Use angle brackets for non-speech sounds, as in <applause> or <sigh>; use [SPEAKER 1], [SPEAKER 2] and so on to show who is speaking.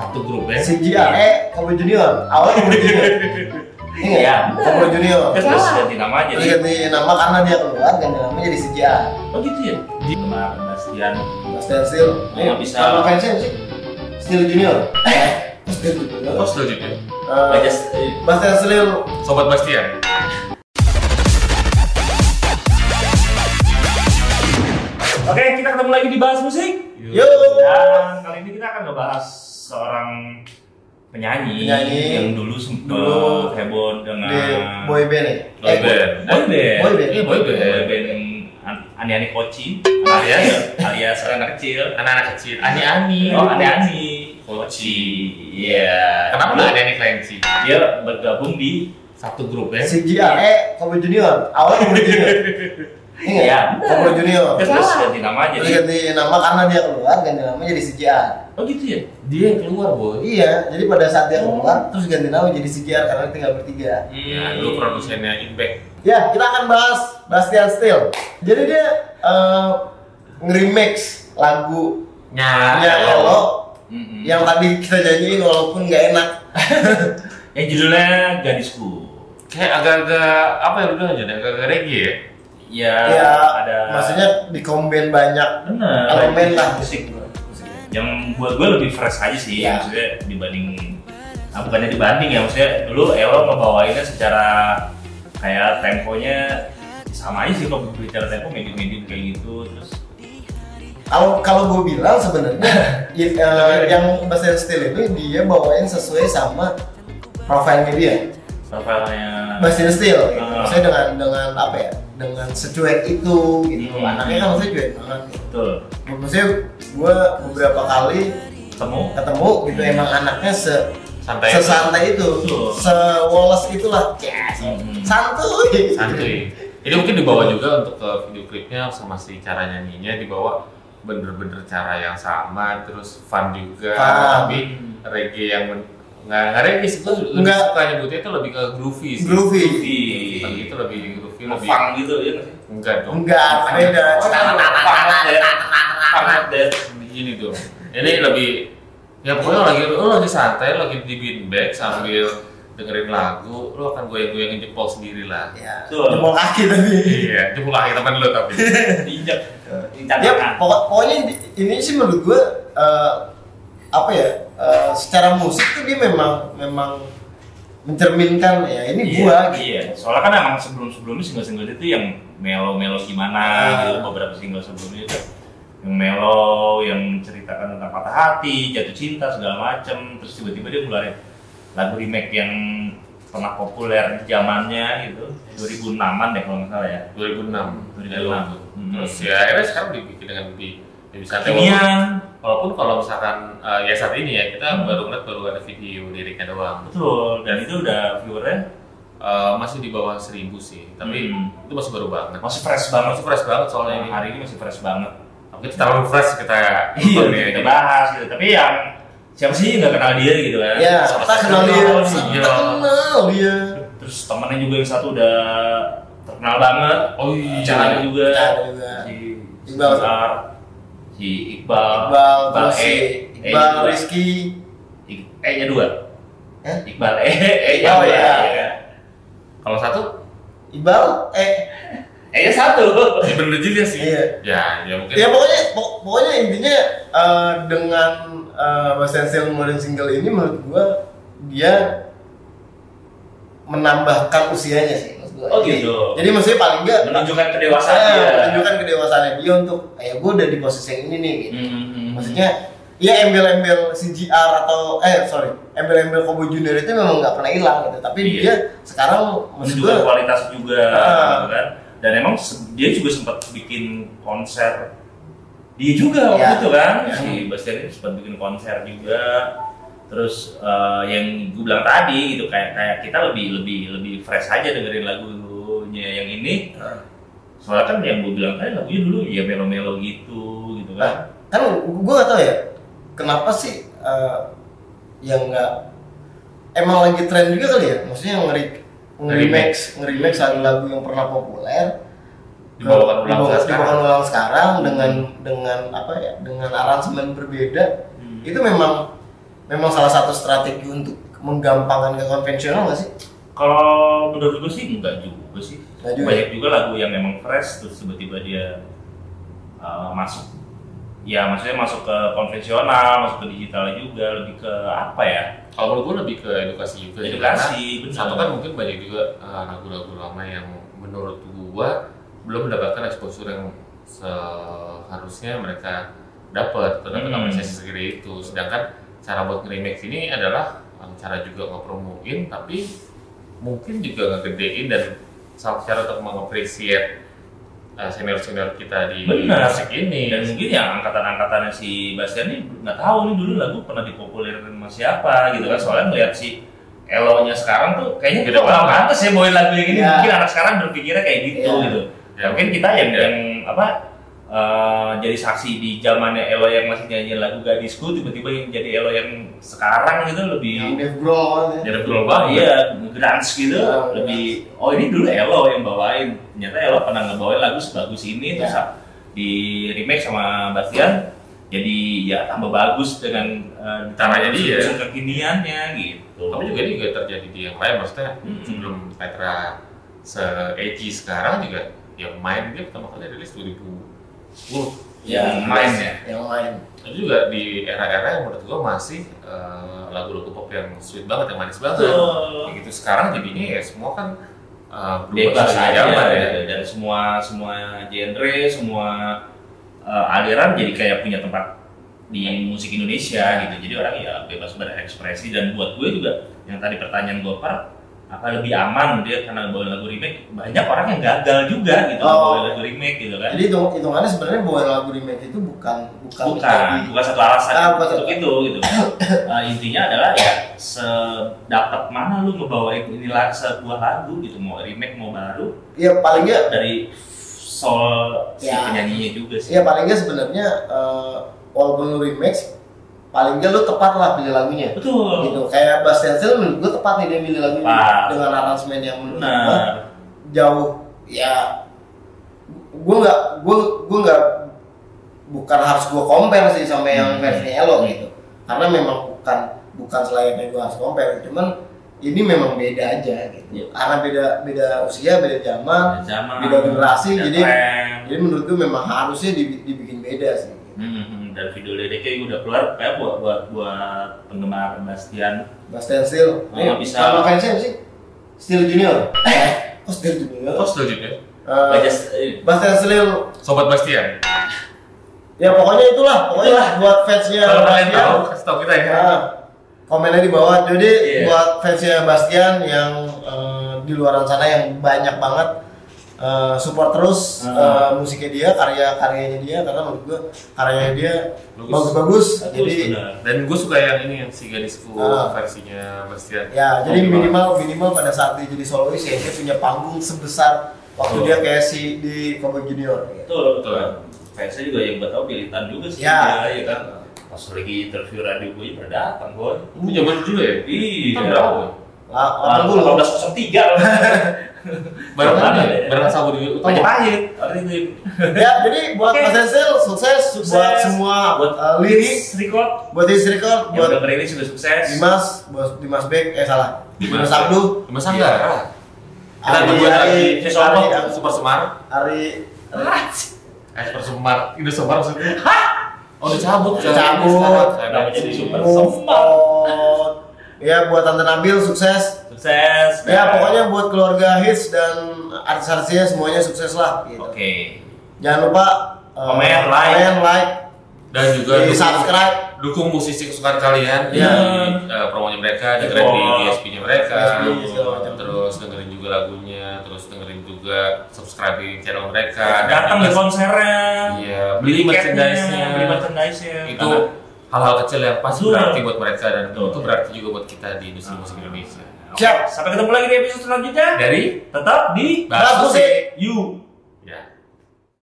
[SPEAKER 1] satu grup ya
[SPEAKER 2] CGA eh Kobe Junior awalnya Kobe
[SPEAKER 1] <laughs>
[SPEAKER 2] Junior ini nggak
[SPEAKER 1] Iya.
[SPEAKER 2] ya Kobe Junior
[SPEAKER 1] kan terus ganti nama aja
[SPEAKER 2] terus
[SPEAKER 1] nih
[SPEAKER 2] ganti nama karena dia keluar ganti nama jadi CGA
[SPEAKER 1] oh gitu ya di nama Bastian
[SPEAKER 2] Bastian E. Steel
[SPEAKER 1] Nggak Iya, bisa.
[SPEAKER 2] nama fansnya apa sih Steel Junior eh Steel
[SPEAKER 3] Kok
[SPEAKER 2] Junior
[SPEAKER 1] ya?
[SPEAKER 3] selanjutnya?
[SPEAKER 2] Eh, Bastian Steel
[SPEAKER 3] Sobat Bastian.
[SPEAKER 1] oke kita ketemu lagi di bahas musik
[SPEAKER 2] yo
[SPEAKER 1] dan kali ini kita akan ngebahas seorang penyanyi,
[SPEAKER 2] Penyanyi.
[SPEAKER 1] yang dulu sempat
[SPEAKER 2] Dulu.
[SPEAKER 1] heboh dengan
[SPEAKER 2] di boy band ya
[SPEAKER 1] Nah. boy
[SPEAKER 2] Eh,
[SPEAKER 3] band.
[SPEAKER 1] boy band
[SPEAKER 2] Boy band. Ah, iya.
[SPEAKER 1] Iya, boy band boy band yang an- ani-ani koci alias alias anak kecil
[SPEAKER 3] Anak-anak kecil. Ah, Ani-ani.
[SPEAKER 1] oh ani-ani koci iya
[SPEAKER 3] Kenapa nggak ada nih Clancy?
[SPEAKER 1] dia bergabung di satu grup ya
[SPEAKER 2] CGA eh Kobe Junior awalnya Kobe
[SPEAKER 1] <laughs>
[SPEAKER 2] Junior ini nggak ya
[SPEAKER 1] Iya.
[SPEAKER 2] Kobe Junior
[SPEAKER 1] Kan terus ganti nama aja
[SPEAKER 2] terus
[SPEAKER 1] nih.
[SPEAKER 2] ganti nama karena dia keluar ganti nama jadi CGA
[SPEAKER 1] oh gitu ya dia yang keluar boy
[SPEAKER 2] iya jadi pada saat dia
[SPEAKER 1] Oh.
[SPEAKER 2] keluar terus ganti nama jadi CGA karena tinggal bertiga
[SPEAKER 1] Iya.
[SPEAKER 3] Ya, dulu produsennya Inback.
[SPEAKER 2] Ya, kita akan bahas Bastian Steel. Jadi dia eh, nge-remix lagu
[SPEAKER 1] Ah,
[SPEAKER 3] Nyala.
[SPEAKER 1] oh.
[SPEAKER 2] Nya Elo
[SPEAKER 3] Hmm,
[SPEAKER 1] Mm-mm.
[SPEAKER 2] yang tadi kita nyanyiin walaupun nggak enak.
[SPEAKER 1] yang Eh, judulnya gadisku
[SPEAKER 3] Kayak agak-agak apa ya lu bilang aja, agak-agak reggae ya.
[SPEAKER 1] ya,
[SPEAKER 2] ya,
[SPEAKER 1] ada
[SPEAKER 2] maksudnya dikombin banyak
[SPEAKER 1] bener
[SPEAKER 2] elemen lah
[SPEAKER 1] musik yang buat gue lebih fresh aja sih
[SPEAKER 2] Ya.
[SPEAKER 1] maksudnya dibanding ah, bukannya dibanding ya maksudnya dulu Elo ngebawainnya secara kayak temponya sama aja sih kalau bicara tempo medium-medium kayak gitu terus
[SPEAKER 2] Kalau kalau gue bilang
[SPEAKER 1] <laughs>
[SPEAKER 2] sebenarnya i- eh, yang Bastian Steel itu dia bawain sesuai sama profilnya dia.
[SPEAKER 1] profilnya
[SPEAKER 2] Bastian Steel, gitu.
[SPEAKER 1] Ah.
[SPEAKER 2] maksudnya dengan dengan apa ya? Dengan secuek itu gitu.
[SPEAKER 1] Hmm.
[SPEAKER 2] Anaknya kan maksudnya cuek banget. gitu.
[SPEAKER 1] betul
[SPEAKER 2] Maksudnya gue beberapa kali
[SPEAKER 1] ketemu
[SPEAKER 2] ketemu gitu emang anaknya se
[SPEAKER 3] Santai.
[SPEAKER 2] sesantai itu,
[SPEAKER 1] Hmm. Betul. Hmm,
[SPEAKER 2] sewoles itulah, yes.
[SPEAKER 1] Mm-mm.
[SPEAKER 2] santuy.
[SPEAKER 3] Santuy. Ini mungkin dibawa juga untuk ke video klipnya sama si cara nyanyinya dibawa bener-bener cara yang sama terus fun juga
[SPEAKER 2] Fun.
[SPEAKER 3] tapi reggae yang men- nggak nggak reggae sih gue lebih
[SPEAKER 2] Nggak.
[SPEAKER 3] suka nyebutnya itu lebih ke groovy sih
[SPEAKER 2] Groovy.
[SPEAKER 1] di
[SPEAKER 3] Bukan gitu lebih groovy lebih
[SPEAKER 1] funk gitu ya nggak sih?
[SPEAKER 3] enggak dong
[SPEAKER 2] Enggak, beda.
[SPEAKER 1] Oh, iya.
[SPEAKER 3] begini dong ini lebih ya pokoknya lagi lu lagi santai lagi di beanbag sambil dengerin lagu lu akan goyang-goyangin jempol sendiri lah
[SPEAKER 2] Ya,
[SPEAKER 1] Betul.
[SPEAKER 2] jempol kaki tadi.
[SPEAKER 3] iya jempol kaki teman lu
[SPEAKER 1] <laughs>
[SPEAKER 3] tapi
[SPEAKER 1] Diinjak,
[SPEAKER 2] Ya,
[SPEAKER 1] dicatakan.
[SPEAKER 2] pokok- pokoknya di- ini sih menurut gue eh, apa ya? eh, secara musik tuh dia memang memang mencerminkan ya ini gua gitu.
[SPEAKER 1] Iya, soalnya kan emang sebelum-sebelumnya single-single itu yang melo-melo gimana
[SPEAKER 2] Ah.
[SPEAKER 1] gitu beberapa single sebelumnya itu yang melo, yang menceritakan tentang patah hati, jatuh cinta segala macem terus tiba-tiba dia ngeluarin lagu remake yang pernah populer di zamannya gitu 2006an deh kalau nggak salah ya
[SPEAKER 3] 2006
[SPEAKER 1] 2006.
[SPEAKER 3] terus ya akhirnya sekarang dibikin dengan lebih lebih
[SPEAKER 1] ya.
[SPEAKER 3] santai walaupun,
[SPEAKER 1] kekinian
[SPEAKER 3] walaupun kalau misalkan eh, ya saat ini ya kita
[SPEAKER 1] Hmm.
[SPEAKER 3] baru ngeliat baru ada video liriknya doang
[SPEAKER 1] betul dan itu udah viewernya
[SPEAKER 3] Eh, masih di bawah 1000 sih tapi
[SPEAKER 1] Hmm.
[SPEAKER 3] itu masih baru banget
[SPEAKER 1] masih fresh banget
[SPEAKER 3] masih fresh banget soalnya ini
[SPEAKER 1] hari ini masih fresh banget
[SPEAKER 3] tapi kita terlalu fresh kita
[SPEAKER 1] iya
[SPEAKER 3] nonton ya.
[SPEAKER 1] kita bahas gitu tapi yang siapa sih yang nggak kenal dia gitu kan
[SPEAKER 2] Ya, kita kenal dia. Kita
[SPEAKER 3] Iya.
[SPEAKER 2] kenal dia.
[SPEAKER 1] terus temennya juga yang satu udah terkenal banget
[SPEAKER 3] oh iya
[SPEAKER 1] Caranya juga
[SPEAKER 2] Cara juga.
[SPEAKER 1] si
[SPEAKER 2] Iqbal.
[SPEAKER 1] Star, si Iqbal
[SPEAKER 2] Iqbal, terus
[SPEAKER 1] E E
[SPEAKER 2] si
[SPEAKER 1] nya
[SPEAKER 2] Iqbal,
[SPEAKER 1] dua.
[SPEAKER 2] Rizky.
[SPEAKER 1] Ik- E nya dua
[SPEAKER 2] Eh?
[SPEAKER 1] Iqbal E E nya
[SPEAKER 2] Oh,
[SPEAKER 1] dua
[SPEAKER 2] iya.
[SPEAKER 1] ya.
[SPEAKER 3] kalau satu
[SPEAKER 2] Iqbal, eh,
[SPEAKER 1] E nya satu
[SPEAKER 3] ya bener juga sih
[SPEAKER 2] iya.
[SPEAKER 3] ya ya mungkin
[SPEAKER 2] Ya pokoknya pok- pokoknya intinya eh, dengan eh, Mas Denzel Modern Single ini menurut gua dia menambahkan usianya sih menurut gua.
[SPEAKER 1] Oh,
[SPEAKER 2] Jadi-
[SPEAKER 1] gitu.
[SPEAKER 2] Jadi maksudnya paling enggak
[SPEAKER 1] menunjukkan kedewasaan dia
[SPEAKER 2] Iya, menunjukkan kedewasaannya dia untuk ya gua udah di posisi yang ini nih gitu.
[SPEAKER 1] Mm-mm.
[SPEAKER 2] Maksudnya ya embel-embel CGR atau eh sorry embel-embel Kobo Junior itu memang nggak pernah hilang gitu tapi
[SPEAKER 1] Iya.
[SPEAKER 2] dia sekarang maksud
[SPEAKER 1] menunjukkan
[SPEAKER 2] gua
[SPEAKER 1] kualitas juga
[SPEAKER 2] Ah.
[SPEAKER 1] gitu kan dan emang se- dia juga sempat bikin konser dia juga waktu
[SPEAKER 2] Ya.
[SPEAKER 1] itu kan
[SPEAKER 2] Ya.
[SPEAKER 1] si Bastian itu sempat bikin konser juga terus eh, yang gue bilang tadi gitu kayak kayak kita lebih lebih lebih fresh aja dengerin lagunya yang ini
[SPEAKER 2] Ah.
[SPEAKER 1] soalnya kan yang gue bilang tadi lagunya dulu ya melo melo gitu gitu
[SPEAKER 2] Nah,
[SPEAKER 1] kan
[SPEAKER 2] kan gue gak tau ya, kenapa sih eh, yang nggak emang lagi tren juga kali ya? Maksudnya yang ngeri nge-remix, nge-remix satu lagu yang pernah populer
[SPEAKER 3] dibawakan
[SPEAKER 2] ke-
[SPEAKER 3] ulang
[SPEAKER 2] dibawa-
[SPEAKER 3] sekarang.
[SPEAKER 2] dibawakan ulang
[SPEAKER 1] Hmm.
[SPEAKER 2] sekarang dengan dengan apa ya? Dengan aransemen berbeda. Itu memang memang salah satu strategi untuk menggampangkan ke konvensional nggak sih?
[SPEAKER 1] Kalau menurut gue sih enggak juga sih.
[SPEAKER 2] Enggak
[SPEAKER 3] Ya.
[SPEAKER 2] juga.
[SPEAKER 1] Banyak juga lagu yang memang fresh terus tiba-tiba dia uh, masuk. Ya maksudnya masuk ke konvensional, masuk ke digital juga, lebih ke apa ya?
[SPEAKER 3] Kalau menurut gue lebih ke edukasi juga sih,
[SPEAKER 1] Edukasi,
[SPEAKER 3] karena
[SPEAKER 1] benar.
[SPEAKER 3] Satu kan mungkin banyak juga eh, lagu-lagu lama yang menurut gue belum mendapatkan exposure yang seharusnya mereka dapat karena
[SPEAKER 1] Hmm.
[SPEAKER 3] hmm. apresiasi segede itu. Sedangkan cara buat remix ini adalah eh, cara juga ngepromoin tapi mungkin juga ngegedein dan salah cara untuk mengapresiasi senior senior kita di
[SPEAKER 1] Benar.
[SPEAKER 3] musik ini.
[SPEAKER 1] dan mungkin ya angkatan-angkatannya si Bastian ini nggak tahu nih dulu lagu pernah dipopulerin sama siapa gitu kan soalnya melihat si Elo-nya sekarang tuh kayaknya
[SPEAKER 3] Gede
[SPEAKER 1] kita kurang
[SPEAKER 3] banget.
[SPEAKER 1] pantas ya bawain lagu yang ini
[SPEAKER 2] Iya.
[SPEAKER 1] mungkin anak sekarang berpikirnya kayak gitu
[SPEAKER 2] Iya.
[SPEAKER 1] gitu ya mungkin kita yang
[SPEAKER 3] Iya.
[SPEAKER 1] yang apa eh, jadi saksi di zamannya Elo yang masih nyanyi lagu gadisku tiba-tiba yang jadi Elo yang sekarang gitu
[SPEAKER 2] Yang
[SPEAKER 1] lebih
[SPEAKER 2] Dave Grohl ya.
[SPEAKER 1] jadi global iya dance gitu
[SPEAKER 2] Iya,
[SPEAKER 1] lebih oh ini dulu Elo yang bawain ternyata Elo pernah ngebawain lagu sebagus ini terus
[SPEAKER 2] Iya.
[SPEAKER 1] di remake sama Bastian jadi ya tambah bagus dengan eh, ditambah
[SPEAKER 3] Caranya dia.
[SPEAKER 1] unsur-unsur kekiniannya gitu
[SPEAKER 3] Tapi juga ini juga terjadi di yang lain, maksudnya
[SPEAKER 1] Mm-mm.
[SPEAKER 2] Hmm.
[SPEAKER 3] sebelum Petra se edgy sekarang juga yang main dia pertama kali rilis 2010
[SPEAKER 1] yang main ya
[SPEAKER 2] Yang main.
[SPEAKER 3] itu juga di era-era yang menurut gua masih eh, lagu-lagu pop yang sweet banget, yang manis banget.
[SPEAKER 1] Betul.
[SPEAKER 3] Kayak gitu sekarang jadinya ya semua kan eh, berubah
[SPEAKER 1] bebas
[SPEAKER 3] sesuai
[SPEAKER 1] aja
[SPEAKER 3] zaman ya.
[SPEAKER 1] gitu. dan semua semua genre semua eh, aliran jadi kayak punya tempat di musik Indonesia gitu jadi orang ya bebas berekspresi dan buat gue juga yang tadi pertanyaan gue per apa lebih aman dia karena bawa lagu remake banyak orang yang gagal juga gitu
[SPEAKER 2] Oh.
[SPEAKER 1] bawa lagu remake gitu kan
[SPEAKER 2] Jadi hitung hitungannya sebenarnya bawain lagu remake itu bukan bukan
[SPEAKER 1] bukan bukan satu alasan
[SPEAKER 2] Ah, bukan
[SPEAKER 1] untuk itu gitu Eh, intinya adalah ya sedapat mana lu ngebawain inilah sebuah lagu gitu mau remake mau baru
[SPEAKER 2] Iya paling nggak
[SPEAKER 1] dari soal si
[SPEAKER 2] Ya.
[SPEAKER 1] penyanyinya juga sih.
[SPEAKER 2] Iya paling nggak sebenarnya eh, walaupun lu remix paling nggak lu tepat lah pilih lagunya.
[SPEAKER 1] Betul.
[SPEAKER 2] Gitu kayak Bastian Stil menurut gua tepat nih dia milih lagunya
[SPEAKER 1] Tepat. Nah.
[SPEAKER 2] dengan aransemen yang menurut gua
[SPEAKER 1] Benar.
[SPEAKER 2] jauh ya gua nggak gua gua nggak bukan harus gua compare sih sama yang
[SPEAKER 1] Hmm.
[SPEAKER 2] versi Elo gitu karena memang bukan bukan selayaknya gua harus compare cuman ini memang beda aja gitu
[SPEAKER 1] Iya.
[SPEAKER 2] karena beda beda usia beda zaman
[SPEAKER 1] Beda Zaman.
[SPEAKER 2] beda generasi,
[SPEAKER 1] beda
[SPEAKER 2] jadi-
[SPEAKER 1] tren.
[SPEAKER 2] jadi menurut gue memang harusnya dibi- dibikin beda sih.
[SPEAKER 1] Hmm, hmm, dan video liriknya udah keluar kayak buat buat buat penggemar Bastian.
[SPEAKER 2] Eh, Bastian Steel.
[SPEAKER 1] Oh, bisa.
[SPEAKER 2] Sama fansnya apa sih? Steel Junior. Eh, <laughs> oh Steel Junior.
[SPEAKER 3] Kok setuju ya?
[SPEAKER 2] Eh,
[SPEAKER 1] Baca s- eh,
[SPEAKER 2] Bastian Steel.
[SPEAKER 3] Sobat Bastian,
[SPEAKER 2] Ya pokoknya itulah, pokoknya lah buat fansnya
[SPEAKER 3] kalau kalian
[SPEAKER 2] Bastian.
[SPEAKER 3] tahu kasih tahu kita ya.
[SPEAKER 2] Nah, komennya di bawah. Jadi
[SPEAKER 1] Iya.
[SPEAKER 2] buat fansnya Bastian yang eh, di luaran sana yang banyak banget eh, support terus
[SPEAKER 1] Hmm.
[SPEAKER 2] eh, musiknya dia, karya-karyanya dia karena menurut gue karyanya dia
[SPEAKER 3] Bagus.
[SPEAKER 2] bagus-bagus.
[SPEAKER 1] bagus,
[SPEAKER 2] Jadi
[SPEAKER 1] benar.
[SPEAKER 3] Dan gue suka yang ini yang si gadisku
[SPEAKER 2] Ah.
[SPEAKER 3] versinya Bastian.
[SPEAKER 2] Ya, jadi
[SPEAKER 3] Gimana?
[SPEAKER 2] minimal minimal pada saat dia jadi solois ya dia punya panggung sebesar waktu
[SPEAKER 1] Betul.
[SPEAKER 2] dia kayak si di Cowboy Junior. ya.
[SPEAKER 1] Betul.
[SPEAKER 3] Betul.
[SPEAKER 1] Fansnya juga yang buat tahu pilihan juga sih.
[SPEAKER 2] Ya.
[SPEAKER 1] ya kan. Pas lagi interview radio gue juga datang boy.
[SPEAKER 3] Itu zaman dulu ya.
[SPEAKER 1] Iya.
[SPEAKER 3] Tahun berapa?
[SPEAKER 2] Lah, orang
[SPEAKER 1] Orang
[SPEAKER 2] Ah, dulu. <laughs>
[SPEAKER 1] 1803
[SPEAKER 3] Barang
[SPEAKER 1] Mana
[SPEAKER 3] mana?
[SPEAKER 1] ya?
[SPEAKER 3] Barang sabu di utama.
[SPEAKER 1] Banyak pahit. Orang itu
[SPEAKER 2] Ya, jadi buat
[SPEAKER 1] Oke.
[SPEAKER 2] Mas Hasil sukses,
[SPEAKER 1] Sukses.
[SPEAKER 2] buat semua buat
[SPEAKER 1] buat
[SPEAKER 2] uh, Liri,
[SPEAKER 1] record
[SPEAKER 2] buat Istri Record,
[SPEAKER 1] yang udah
[SPEAKER 2] buat
[SPEAKER 1] merilis juga sukses.
[SPEAKER 2] Dimas, buat Dimas Bek, eh salah. Dimas Abdu,
[SPEAKER 3] Dimas Anggara. Kita
[SPEAKER 2] Ari,
[SPEAKER 3] berdua lagi
[SPEAKER 2] Ari,
[SPEAKER 3] Sesomok,
[SPEAKER 2] Ari,
[SPEAKER 3] Super Semar.
[SPEAKER 2] Ari,
[SPEAKER 3] Eh, Super Semar. Ini Semar maksudnya. Oh, udah cabut.
[SPEAKER 2] Udah
[SPEAKER 3] coy.
[SPEAKER 2] cabut.
[SPEAKER 3] Sekarang, saya
[SPEAKER 1] Kenapa
[SPEAKER 3] benci.
[SPEAKER 1] jadi Super?
[SPEAKER 2] Mumpot. Ya, buat Tante Nabil sukses.
[SPEAKER 1] Sukses.
[SPEAKER 2] Ya, pokoknya buat keluarga Hits dan artis-artisnya semuanya sukses lah gitu.
[SPEAKER 1] Oke.
[SPEAKER 2] Jangan lupa uh,
[SPEAKER 1] Komen, like.
[SPEAKER 2] komen, like,
[SPEAKER 3] Dan juga
[SPEAKER 2] di
[SPEAKER 3] dukung,
[SPEAKER 2] Iya, subscribe.
[SPEAKER 3] dukung musisi kesukaan kalian
[SPEAKER 2] Iya.
[SPEAKER 3] di eh, promonya mereka, dengerin di
[SPEAKER 1] Support.
[SPEAKER 3] DSP-nya mereka,
[SPEAKER 2] DSP, segala macam.
[SPEAKER 3] terus dengerin juga lagunya, terus dengerin juga subscribe di channel mereka.
[SPEAKER 1] Iya, Datang di
[SPEAKER 3] Terus-
[SPEAKER 1] konsernya.
[SPEAKER 3] Iya, beli
[SPEAKER 1] tiketnya,
[SPEAKER 3] merchandise-nya.
[SPEAKER 1] Beli merchandise-nya.
[SPEAKER 3] itu hal-hal kecil yang pasti
[SPEAKER 1] Betul.
[SPEAKER 3] berarti buat mereka dan
[SPEAKER 1] Betul.
[SPEAKER 3] itu berarti juga buat kita di industri musik Indonesia.
[SPEAKER 1] Oke,
[SPEAKER 2] Siap.
[SPEAKER 1] Sampai ketemu lagi di episode selanjutnya.
[SPEAKER 3] Dari
[SPEAKER 1] Tetap di
[SPEAKER 3] Bas Musik.
[SPEAKER 1] You.
[SPEAKER 3] ya.